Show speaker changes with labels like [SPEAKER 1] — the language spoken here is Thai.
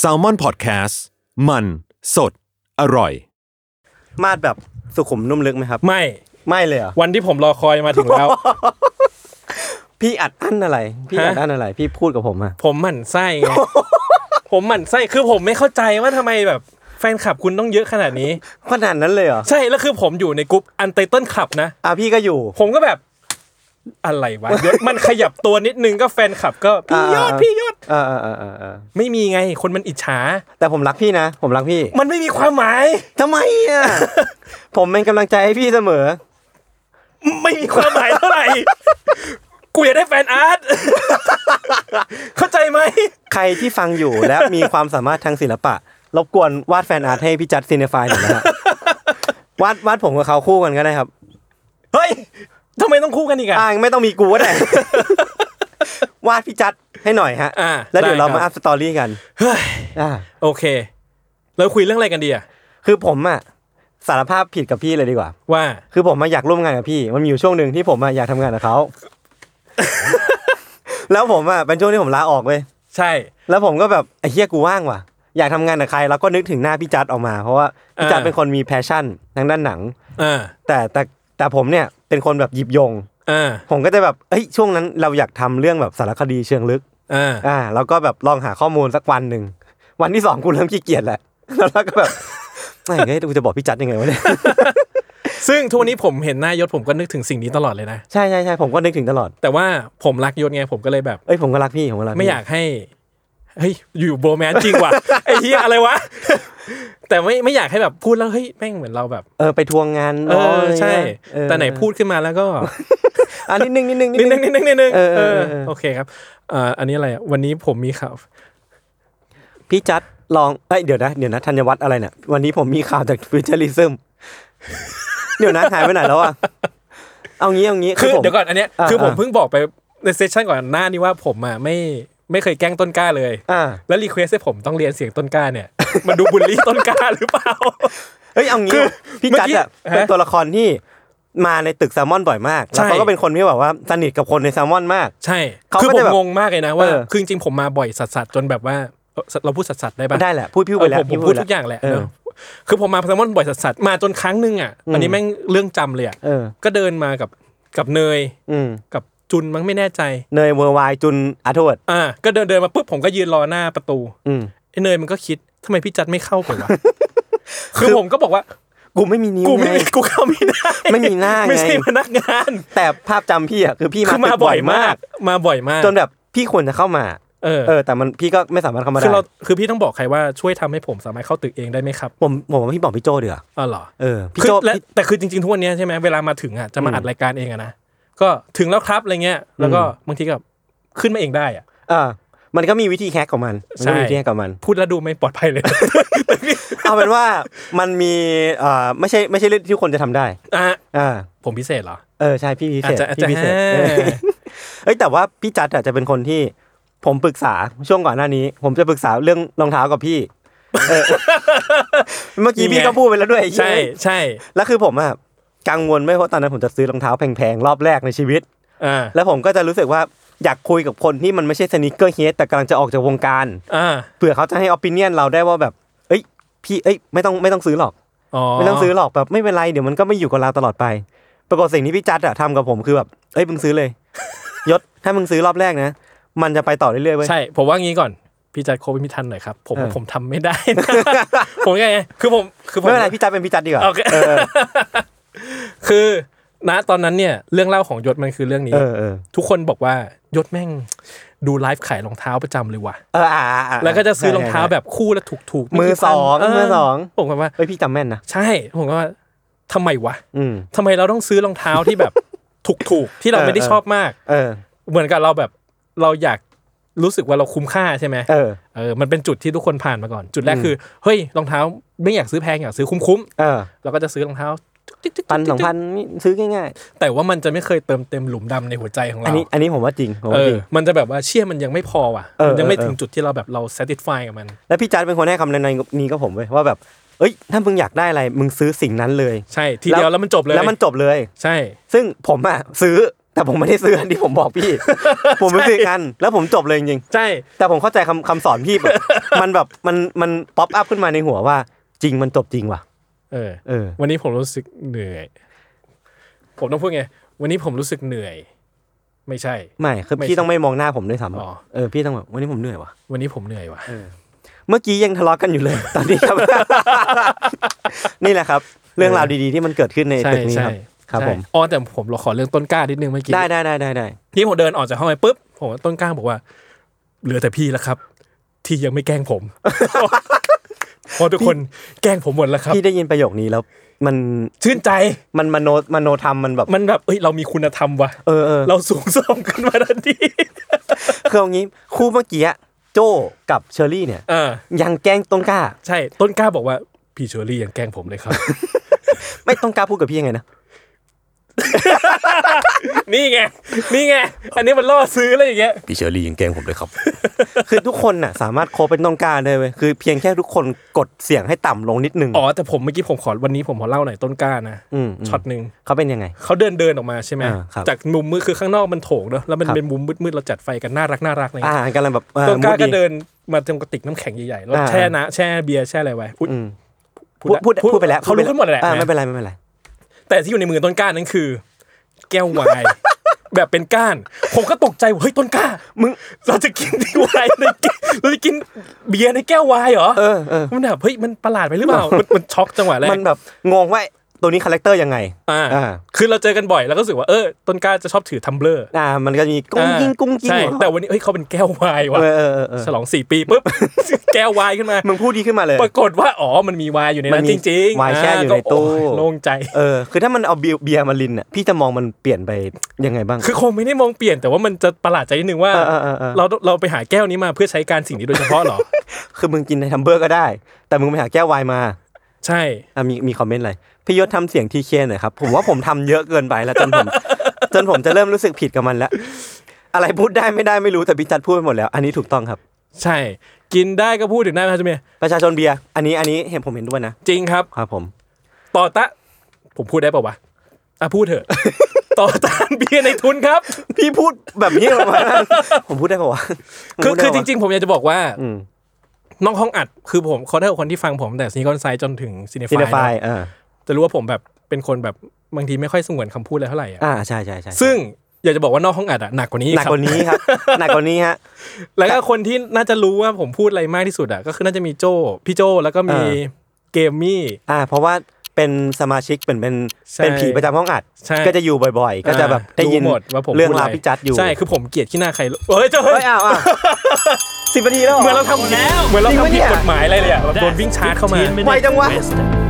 [SPEAKER 1] s a l ม o n PODCAST มันสดอร่อย
[SPEAKER 2] มาดแบบสุขุมนุ่มลึกไหมครับ
[SPEAKER 3] ไม่
[SPEAKER 2] ไม่เลยเหรอ
[SPEAKER 3] วันที่ผมรอคอยมาถึงแล้ว
[SPEAKER 2] พี่อัดอั้นอะไร พี่อั
[SPEAKER 3] ฮะ
[SPEAKER 2] ดอั้นอะไร พี่พูดกับผมอะ
[SPEAKER 3] ผมหมั่นไส้ไง ผมหมั่นไส้คือผมไม่เข้าใจว่าทำไมแบบแฟนคลับคุณต้องเยอะขนาดนี้
[SPEAKER 2] ขนาดนั้นเลยเหรอ
[SPEAKER 3] ใช่แล้วคือผมอยู่ในกลุ่มอันไตเติ้ลขับนะ
[SPEAKER 2] อ่ะพี่ก็อยู่
[SPEAKER 3] ผมก็แบบอะไรวะย ศมันขยับตัวนิดนึงก็แฟนคลับก็พี่ยอด
[SPEAKER 2] อ่า
[SPEAKER 3] พี่ยอด
[SPEAKER 2] เออเออเออเออเออ
[SPEAKER 3] ไม่มีไง คนมันอิจฉา
[SPEAKER 2] แต่ผมรักพี่นะ ผมรักพี่
[SPEAKER 3] มันไม่มีความหมาย
[SPEAKER 2] ทำไมอ่ะ ผมเป็นกำลังใจให้พี่เสมอ
[SPEAKER 3] ไม่มีความหมายเท่าไห ร่ กูอยากได้แฟนอาร์ต เข้าใจไหม
[SPEAKER 2] ใครที่ฟังอยู่และมีความสามารถทางศิลปะ รบกวนวาดแฟนอาร์ตให้พี่จัดซีเนฟายหน่อยนะ ฮะ วาดวาดผมกับเขาคู่กันก็ได้ครับ
[SPEAKER 3] เฮ้ยทำไมต้องคู่กันอีกอะ
[SPEAKER 2] อ่าไม่ต้องมีกูก็ ได้ วาดพี่จัดให้หน่อยฮะ
[SPEAKER 3] อ่า
[SPEAKER 2] แล้วเดี๋ยวเรา
[SPEAKER 3] ได้ครับ
[SPEAKER 2] มาอัพสตอรี่กัน
[SPEAKER 3] เฮ้ย
[SPEAKER 2] อ่า
[SPEAKER 3] โอเค แล้วคุยเรื่องอะไรกันดีอะ
[SPEAKER 2] คือผมอะสารภาพผิดกับพี่เลยดีกว่า
[SPEAKER 3] ว่า
[SPEAKER 2] คือผมมาอยากร่วมงานกับพี่ มันมีอยู่ช่วงหนึ่งที่ผมอะอยากทำงานกับ เขา แล้วผมอะเป็นช่วงที่ผมลาออกเว้ย
[SPEAKER 3] ใช่
[SPEAKER 2] แล้วผมก็แบบไอ้เฮียกูว่างว่ะ อยากทำงานกับใคร แล้วก็นึกถึงหน้าพี่จัดออกมาเพราะว่าพี่จัด
[SPEAKER 3] เออ
[SPEAKER 2] เป็นคนมีแพชชั่นทางด้านหนัง
[SPEAKER 3] อ่า
[SPEAKER 2] แต่แต่แต่ผมเนี่ยเป็นคนแบบหยิบโยง
[SPEAKER 3] อ่า
[SPEAKER 2] ผมก็จะแบบเอ้ยช่วงนั้นเราอยากทำเรื่องแบบสารคดีเชิงลึก
[SPEAKER 3] อ่า
[SPEAKER 2] อ่าแล้วก็แบบลองหาข้อมูลสักวันหนึ่งวันที่สองกูเริ่มขี้เกียจแหละแล้ว เราก็แบบ ไม่เฮ้ยกูจะบอกพี่จัดยังไงวะเนี่ย
[SPEAKER 3] ซึ่งทุกวันนี้ผมเห็นหน้ายศผมก็นึกถึงสิ่งนี้ตลอดเลยนะ
[SPEAKER 2] ใช่ใช่ใช่ผมก็นึกถึงตลอด
[SPEAKER 3] แต่ว่าผมรักยศไงผมก็เลยแบบ
[SPEAKER 2] เอ้ยผมก็รักพี่ผมก็รักพี่
[SPEAKER 3] ไม่อยากให้ เฮ้ย อยู่โบแมนจริงว่ะ ไอ้เหี้ยอะไรว ะ แต่ไม่ไม่อยากให้แบบพูดแล้วเฮ้ยแม่งเหมือนเราแบบ
[SPEAKER 2] เออไปทวงงาน
[SPEAKER 3] เอ
[SPEAKER 2] น้ง
[SPEAKER 3] อ
[SPEAKER 2] อะไรเงี้ย
[SPEAKER 3] ใช่
[SPEAKER 2] เออ
[SPEAKER 3] แต่ไหนพูดขึ้นมาแล้วก็
[SPEAKER 2] อ่ะนิดนึงนิดนึง
[SPEAKER 3] นิดนึงนิดนึงนิดนึง
[SPEAKER 2] เออเออเออ
[SPEAKER 3] เออโอเคครับเอ่ออันนี้อะไรอะวันนี้ผมมีข่าว
[SPEAKER 2] พี่จัดลองเอ้ยเดี๋ยวนะเดี๋ยวนะธัญวัฒน์อะไรเนี่ยวันนี้ผมมีข่าวจากฟิวเจอริซึม เดี๋ยวนะหายไปไหนแล้วอ่ะเอางี้เอางี้
[SPEAKER 3] คือ
[SPEAKER 2] ผม
[SPEAKER 3] เดี๋ยวก่อนอันเนี้ย
[SPEAKER 2] อ่า
[SPEAKER 3] คือผม
[SPEAKER 2] อ่า
[SPEAKER 3] เพิ่งบอกไปในเซสชันก่อนหน้านี้ว่าผมอ่ะไม่ไม่เคยแกล้งต้นกล้าเลย
[SPEAKER 2] อ่า
[SPEAKER 3] แล้วรีเควสให้ผมต้องเรียนเสียงต้นกล้าเนี่ย มันดูบุลลี่ต้นกล้าหรือเปล่า
[SPEAKER 2] เอ้ยเอางี้
[SPEAKER 3] คือ
[SPEAKER 2] พี่จัดอ่ะ
[SPEAKER 3] เมื่อ
[SPEAKER 2] เป็น
[SPEAKER 3] กี้ฮะ
[SPEAKER 2] ตัวละครที่มาในตึกแซลมอนบ่อยมาก
[SPEAKER 3] ใช่
[SPEAKER 2] แล้วเขาก็เป็นคนที่แบบว่าสนิทกับ คนในแซลมอนมาก
[SPEAKER 3] ใช่
[SPEAKER 2] เขา
[SPEAKER 3] คือ
[SPEAKER 2] ก็
[SPEAKER 3] ผ
[SPEAKER 2] จะ
[SPEAKER 3] ม
[SPEAKER 2] แบบ
[SPEAKER 3] งงมากเลยนะว่า
[SPEAKER 2] เออ
[SPEAKER 3] คือจริงๆผมมาบ่อยสัสๆจนแบบว่าเอ่อเราพูดสัสๆได้ปะ
[SPEAKER 2] ได้แหละพูดพี่ไปแล้
[SPEAKER 3] เออ
[SPEAKER 2] ว
[SPEAKER 3] ผมผมพูดทุก
[SPEAKER 2] ไป
[SPEAKER 3] อย่างแหละ
[SPEAKER 2] เออ
[SPEAKER 3] เนอะคือผมมาแซลมอนบ่อยสัสๆมาจนครั้งหนึงอ่ะอันนี้
[SPEAKER 2] อืม
[SPEAKER 3] แม่งเรื่องจำเลยอ่ะ
[SPEAKER 2] เออ
[SPEAKER 3] ก็เดินมากับกับเนย
[SPEAKER 2] อืม
[SPEAKER 3] กับจุนมั้งไม่แน่ใจ
[SPEAKER 2] เนยเวอร์ไวน์จุนอาโทษ
[SPEAKER 3] อ่าก็เดินเดินมาปุ๊บผมก็ยืนรอหน้าประตู
[SPEAKER 2] อืม
[SPEAKER 3] ไอ้เนยมันก็คิดทำไมพี่จัดไม่เข้าไปวะ
[SPEAKER 2] คื
[SPEAKER 3] คือ อผมก็บอกว่า
[SPEAKER 2] กูไม่มีนิ้ว
[SPEAKER 3] กูไม่
[SPEAKER 2] ง
[SPEAKER 3] มีกูเข้าไม่ได้
[SPEAKER 2] ไม่มีหน้าไง
[SPEAKER 3] ไม่ใช่พนักงาน
[SPEAKER 2] แต่ภาพจำพี่อ่ะคือพี่
[SPEAKER 3] คือมา
[SPEAKER 2] ตึก
[SPEAKER 3] บ่อยมาก มาบ่อยมาก
[SPEAKER 2] จนแบบพี่ควรจะเข้ามา
[SPEAKER 3] เออ
[SPEAKER 2] เออ แต่มันพี่ก็ไม่สามารถเข้ามาได้
[SPEAKER 3] คือเราคือพี่ต้องบอกใครว่าช่วยทำให้ผมสามารถเข้าตึกเองได้ไหมครับ
[SPEAKER 2] ผมผมว่าพี่บอกพี่โจเดือ
[SPEAKER 3] อ๋อเหรอ
[SPEAKER 2] เออพี่
[SPEAKER 3] คือ
[SPEAKER 2] โจ
[SPEAKER 3] และ
[SPEAKER 2] พี่
[SPEAKER 3] แต่คือจริงๆทุกวันเนี้ยใช่ไหมเวลามาถึงอ่ะจะมา
[SPEAKER 2] อืม
[SPEAKER 3] อัดรายการเองอะนะก็ถึงแล้วครับอะไรเงี้ย แล้วก็
[SPEAKER 2] อืม
[SPEAKER 3] บางทีก็ขึ้นมาเองได้อ่ะ
[SPEAKER 2] เออมันก็มีวิธีแฮกของมันมันก็มี
[SPEAKER 3] ใช่
[SPEAKER 2] วิธีแฮกของมัน
[SPEAKER 3] พูดแล้วดูไม่ปลอดภัย เลย
[SPEAKER 2] เอาเป็นว่ามันมีเอ่อไม่ใช่ไม่ใช่เรื่องที่คนจะทำได้
[SPEAKER 3] อ่ะ
[SPEAKER 2] อ่า
[SPEAKER 3] ผมพิเศษเหรอ
[SPEAKER 2] เออใช่พี่พิ
[SPEAKER 3] อาจ
[SPEAKER 2] เศษ
[SPEAKER 3] จะอาจ
[SPEAKER 2] พี่
[SPEAKER 3] จะ
[SPEAKER 2] พิเศษ
[SPEAKER 3] แฮะ
[SPEAKER 2] เอ้ยแต่ว่าพี่จัดอะจะเป็นคนที่ผมปรึกษาช่วงก่อนหน้านี้ ผมจะปรึกษาเรื่องรองเท้ากับพี่เอ อเมื่อกี้พี่ก็พูดไปแล้วด้วยไอ้เหี้ย
[SPEAKER 3] ใช่ใช่
[SPEAKER 2] แล้วคือผมอะกังวลไม่เพราะตอนนั้นผมจะซื้อรองเท้าแพงๆ รอบแรกในชีวิต
[SPEAKER 3] อ่า
[SPEAKER 2] แล้วผมก็จะรู้สึกว่าอยากคุยกับคนที่มันไม่ใช่สนิเกอร์เฮดแต่กำลังจะออกจากวงการ
[SPEAKER 3] อ่า
[SPEAKER 2] เผื่อเขาจะให้อ p i ิ i o n เราได้ว่าแบบ เอ้ย พี่เอ้ยไม่ต้องไม่ต้องซื้อหรอก
[SPEAKER 3] อ๋อ
[SPEAKER 2] ไม่ต้องซื้อหรอกแบบไม่เป็นไรเดี๋ยวมันก็ไม่อยู่กับเราตลอดไป ปรากฏสิ่งที่พี่จัดอะทำกับผมคือแบบเอ้ยมึงซื้อเลย ยศถ้ามึงซื้อรอบแรกนะ มันจะไปต่อเรื่อยๆเว้ย
[SPEAKER 3] ใช่ ผมว่างี้ก่อน พี่จัดโควิดไม่ทันหน่อยครับ ผม
[SPEAKER 2] เออ
[SPEAKER 3] ผมทำไม่ได้นะ ผมยังไง คือผมคือผม
[SPEAKER 2] ไม่เป็นไรพี่จัดเป็นพี่จัดดีกว่า
[SPEAKER 3] โอเค
[SPEAKER 2] เออ
[SPEAKER 3] คือณตอนนั้นเนี่ย เรื่องเล่าของยศมันคือเรื่องนี้
[SPEAKER 2] เออเออ
[SPEAKER 3] ทุกคนบอกว่ายศแม่ง ดูไลฟ์ขายรองเท้าประจำเลยว่ะ
[SPEAKER 2] เอออ่าอ่าอ่า
[SPEAKER 3] แล้วก็จะซื้อรองเท้าแบบคู่ละถูกถูกๆไกี่
[SPEAKER 2] มือสอง
[SPEAKER 3] พันเ
[SPEAKER 2] มือสอง
[SPEAKER 3] ผมก็ว่า
[SPEAKER 2] เอ้ยพี่จำแม่นนะ
[SPEAKER 3] ใช่ ผมก็ว่าทำไมวะ
[SPEAKER 2] อืม
[SPEAKER 3] ทำไมเราต้องซื้อรองเท้าที่แบบ ถูกถูกๆที่เรา
[SPEAKER 2] เออ
[SPEAKER 3] ไม่ได้
[SPEAKER 2] เออ
[SPEAKER 3] ชอบมาก
[SPEAKER 2] เออ
[SPEAKER 3] เหมือนกับเราแบบเราอยากรู้สึกว่าเราคุ้มค่าใช่ไหม
[SPEAKER 2] เออ
[SPEAKER 3] เออ มันเป็นจุดที่ทุกคนผ่านมาก่อน จุดแรก
[SPEAKER 2] อืม
[SPEAKER 3] คือ เฮ้ย รองเท้าไม่อยากซื้อแพงอยากซื้อคุ้ม
[SPEAKER 2] เออ
[SPEAKER 3] ๆ เราก็จะซื้อรองเท้าจิ๊กจิ๊กจิ๊ก
[SPEAKER 2] พันสองพันนี่ซื้อง่าย
[SPEAKER 3] แต่ว่ามันจะไม่เคยเติมเต็มหลุมดำในหัวใจของ
[SPEAKER 2] ๆ อัน
[SPEAKER 3] เรา
[SPEAKER 2] นี้อันนี้ผมว่าจริงผม
[SPEAKER 3] เอ
[SPEAKER 2] ว่าจ
[SPEAKER 3] อ
[SPEAKER 2] ริง
[SPEAKER 3] มันจะแบบว่าเชื่อมันยังไม่พอว่ะ
[SPEAKER 2] เออ
[SPEAKER 3] มันยังไม่
[SPEAKER 2] เออ
[SPEAKER 3] ถึงจุดที่เราแบบเรา satisfy กับมัน
[SPEAKER 2] แล้วพี่จัดเป็นคนให้คำแนะนำนี้กับผมเว้ยว่าแบบ เอ้ย ถ้ามึงอยากได้อะไร มึงซื้อสิ่งนั้นเลย
[SPEAKER 3] ใช่ ทีเดียวแล้วมันจบเลย
[SPEAKER 2] แล้วมันจบเลย
[SPEAKER 3] ใช่
[SPEAKER 2] ซึ่งผมอ่ะซื้อ แต่ผมไม่ได้ซื้ออันที่ผมบอกพี่ ผมไม่ซื้อกัน แล้วผมจบเลยจริง
[SPEAKER 3] ใช่
[SPEAKER 2] ๆแต่ผมเข้าใจคำคำสอนพี่ แบบ มันแบบมันมันป๊อปอัพขึ้นมาในหัวว่า จริงมันจบจริงว่ะ
[SPEAKER 3] เออ
[SPEAKER 2] เออ
[SPEAKER 3] วันนี้ผมรู้สึกเหนื่อย ผมต้องพูดไง วันนี้ผมรู้สึกเหนื่อย ไม่ใช่
[SPEAKER 2] ไม่คือ
[SPEAKER 3] ไม่
[SPEAKER 2] พี่ต้องไม่มองหน้าผมด้วยซ้ำ
[SPEAKER 3] อ๋อ
[SPEAKER 2] เออพี่ต้องแบบวันนี้ผมเหนื่อยว่ะ
[SPEAKER 3] วันนี้ผมเหนื่อยว่ะ
[SPEAKER 2] เมื่อกี้ยังทะเลาะกันอยู่เลย ตอนนี้ครับ นี่แหละครับ เรื่องราวดีๆที่มันเกิดขึ้นใน
[SPEAKER 3] ใช่
[SPEAKER 2] ตึกนี้ค
[SPEAKER 3] ใช่
[SPEAKER 2] รับ ครับ
[SPEAKER 3] ใช่
[SPEAKER 2] ผม
[SPEAKER 3] อ๋อแต่ผมขอเรื่องต้นกล้านิดนึงเมื่อกี้
[SPEAKER 2] ได้ได้ได้ได้ได้
[SPEAKER 3] ที่ผมเดินออกจากห้องไปปุ๊บผมว่าต้นกล้าบอกว่า เหลือแต่พี่แล้วครับ ที่ยังไม่แกล้งผม เพราะทุกคนแกล้งผมหมดแล้วครับ
[SPEAKER 2] พี่ได้ยินประโยคนี้แล้ว มัน
[SPEAKER 3] ชื่นใจ
[SPEAKER 2] มันมโนมโนธรรมมันแบบ
[SPEAKER 3] มันแบบเอ้ยเรามีคุณธรรมว่ะ
[SPEAKER 2] เออเออ
[SPEAKER 3] เราสูงส่งขึ้นมาทันที
[SPEAKER 2] คือเอางี้คู่เมื่อกี้อะโจ้กับเชอรี่เนี่ย
[SPEAKER 3] เออ
[SPEAKER 2] ยังแกล้งต้นกล้า
[SPEAKER 3] ใช่ต้นกล้าบอกว่าพี่เชอรี่ยังแกล้งผมเลยครับ
[SPEAKER 2] ไม่ต้นกล้าพูดกับพี่ยังไงนะ
[SPEAKER 3] นี่ไงนี่ไงอันนี้มันล่อซื้ออะไรอย่างเงี้ย
[SPEAKER 4] พี่เชอรี่ยังแกล้งผมเลยครับ
[SPEAKER 2] คือทุกคนน่ะสามารถโคบเป็นต้นกล้าได้เว้ยคือเพียงแค่ทุกคนกดเสียงให้ต่ำลงนิดนึง
[SPEAKER 3] อ๋อแต่ผมเมื่อกี้ผมขอวันนี้ผมขอเล่าหน่อยต้นกล้านะ
[SPEAKER 2] มม
[SPEAKER 3] ช็อตหนึ่ง
[SPEAKER 2] เขาเป็นยังไง
[SPEAKER 3] เขาเดินเดินออกมาใช่ไหม
[SPEAKER 2] อ่าครับ
[SPEAKER 3] จากมุมมืดคือข้างนอกมันโถงเนอะแล้วมัน
[SPEAKER 2] ครับ
[SPEAKER 3] เป็นมุมมืดๆเราจัดไฟกันน่ารักน่ารักเลย
[SPEAKER 2] อ่ากำลังแบบอ่
[SPEAKER 3] ต้นกล้าก็
[SPEAKER 2] มุ
[SPEAKER 3] เดินมาตรงกระติกน้ำแข็งใหญ่ๆแล้ว
[SPEAKER 2] อ่า
[SPEAKER 3] แช่นะแช่เบียร์แช่อะไรไว้อุ๊ย
[SPEAKER 2] อืมพูดพูดพูดไปแล้ว
[SPEAKER 3] เขารู้ขึ้นหมดแหละ
[SPEAKER 2] อ่าไม่
[SPEAKER 3] นะ
[SPEAKER 2] เป็นไรไม่เป็นไร
[SPEAKER 3] แต่ที่อยู่ในมือต้นกล้านั้นคือ แก้วไวน์ แบบเป็นก้าน ผมก็ตกใจว่าเฮ้ยต้นกล้า มึงเราจะกินที่ไวน์ในแก้วเราจะกินเบียร์ในแก้วไวน์เหรอ
[SPEAKER 2] เออเออ
[SPEAKER 3] มันแบบเฮ้ยมันประหลาดไปหรือเปล่ามันมันช็อกจังหวะแรก
[SPEAKER 2] มันแบบงงว่าตัวนี้คาแรคเตอร์ยังไง
[SPEAKER 3] อ่า
[SPEAKER 2] อ่า
[SPEAKER 3] คือเราเจอกันบ่อยแล้วก็รู้สึกว่าเออต้นกล้าจะชอบถือทัมเบลอร์
[SPEAKER 2] อ่า มันก็มีกุ้งกิ้ง
[SPEAKER 3] อ่า
[SPEAKER 2] กุ้งกิ้ง
[SPEAKER 3] ใช่
[SPEAKER 2] ของเขา
[SPEAKER 3] แต่วันนี้เฮ้ยเขาเป็นแก้ววายว่ะ
[SPEAKER 2] เออเออเออเออ
[SPEAKER 3] ฉลองสี่ปีปุ๊บ แก้ววายขึ้นมา
[SPEAKER 2] มึงพูดดีขึ้นมาเลย
[SPEAKER 3] ปรากฏว่าอ๋อมันมีวายอยู่ใน
[SPEAKER 2] มั
[SPEAKER 3] นั้น น
[SPEAKER 2] มี
[SPEAKER 3] จริงๆ
[SPEAKER 2] วายแช่อยู่
[SPEAKER 3] ก็
[SPEAKER 2] ในตู้
[SPEAKER 3] โอ้ยโล่งใจ
[SPEAKER 2] เออ คือถ้ามันเอาเบียร์เบียร์มาลินอ่ะพี่จะมองมันเปลี่ยนไปยังไงบ้าง
[SPEAKER 3] คือคงไม่ได้มองเปลี่ยนแต่ว่ามันจะประหลาดใจนิดนึงว่า
[SPEAKER 2] เออเออเออเออ
[SPEAKER 3] เราเราไปหาแก้วนี้มาเพื่อใช้การสิ่งนี้โดยเฉ พาะเหรอ
[SPEAKER 2] คือมึงกินในทัมเบอร์ก็ได้ แต่มึงไปหาแก้วไวน์มา
[SPEAKER 3] ใช่
[SPEAKER 2] อ่ะมีมีคอมเมนต์อะไรพี่ยศทำเสียงทีเคหน่อยครับ ผมว่าผมทำเยอะเกินไปแล้วจนผม จนผมจะเริ่มรู้สึกผิดกับมันแล้ว อะไรพูดได้ไม่ได้ไม่รู้แต่พี่จัดพูดไปหมดแล้ว อันนี้ถูกต้องครับ
[SPEAKER 3] ใช่ กินได้ก็พูดถึงได้ไหมครับเมีย
[SPEAKER 2] ประชาชนเบียร์อันนี้อันนี้เห็นผมเห็นด้วยนะ
[SPEAKER 3] จริงครับ
[SPEAKER 2] ครับผม
[SPEAKER 3] ต่อตะผมพูดได้เปล่าวะอ่ะพูด เถอะ ต่อต้านเบียร์ในทุนครับ
[SPEAKER 2] พี่พูดแบบนี้ออกมา ผมพูดได้ปะวะผม
[SPEAKER 3] คือ
[SPEAKER 2] พูดได้
[SPEAKER 3] คือ
[SPEAKER 2] ปะ
[SPEAKER 3] จ
[SPEAKER 2] วะ
[SPEAKER 3] ริง ๆ ผมอยากจะบอกว่า
[SPEAKER 2] อืม
[SPEAKER 3] น้องห้องอัดคือผมขอโทษคนที่ฟังผมตั้งแต่ซีนิคอนไซด์จนถึงซีเน
[SPEAKER 2] ซีเน
[SPEAKER 3] ฟา
[SPEAKER 2] ฟาย ยอ่า
[SPEAKER 3] จะรู้ว่าผมแบบเป็นคนแบบบางทีไม่ค่อยสงวนคำพูดอะไรเท่าไหร่อะ
[SPEAKER 2] อ่าใช่ใช่ใช่
[SPEAKER 3] ซึ่งอยากจะบอกว่านอกห้องอัดอะหนักกว่านี้
[SPEAKER 2] หนักกว่านี้ครับ หนักกว่านี้ฮะ
[SPEAKER 3] แล้วก็คนที่น่าจะรู้ว่าผมพูดอะไรมากที่สุดอะก็คือน่าจะมีโจพี่โจแล้วก็มี
[SPEAKER 2] อ่
[SPEAKER 3] เกมมี่
[SPEAKER 2] อ่า เพราะว่าเป็นสมาชิกเป็นเป็น
[SPEAKER 3] ใช่
[SPEAKER 2] เป็นผีประจำห้องอัด
[SPEAKER 3] ใช่
[SPEAKER 2] ก็จะอยู่บ่อยๆ ก็จะแบบได้ยิน
[SPEAKER 3] รู้หมดว่าผม
[SPEAKER 2] เรื่อง
[SPEAKER 3] พูดะ
[SPEAKER 2] รา
[SPEAKER 3] ไ
[SPEAKER 2] วพิจัดอยู่
[SPEAKER 3] ใช่คือผมเกลียดที่หน้าใครเฮ้ยเจ้าเฮ้
[SPEAKER 2] เฮ้
[SPEAKER 3] ย
[SPEAKER 2] ยอ้าวอ้าวสิบนาทีแล้ว
[SPEAKER 3] เหมือน
[SPEAKER 2] หร
[SPEAKER 3] เราทำผิดเหมือนเรา
[SPEAKER 2] จริงปะเนี่
[SPEAKER 3] ทำผิ
[SPEAKER 2] ย
[SPEAKER 3] ดกฎหมายอะไรเลยอะแบบโดนวิ่งชาร์จเข้ามา
[SPEAKER 2] ไวจังวะ
[SPEAKER 4] Best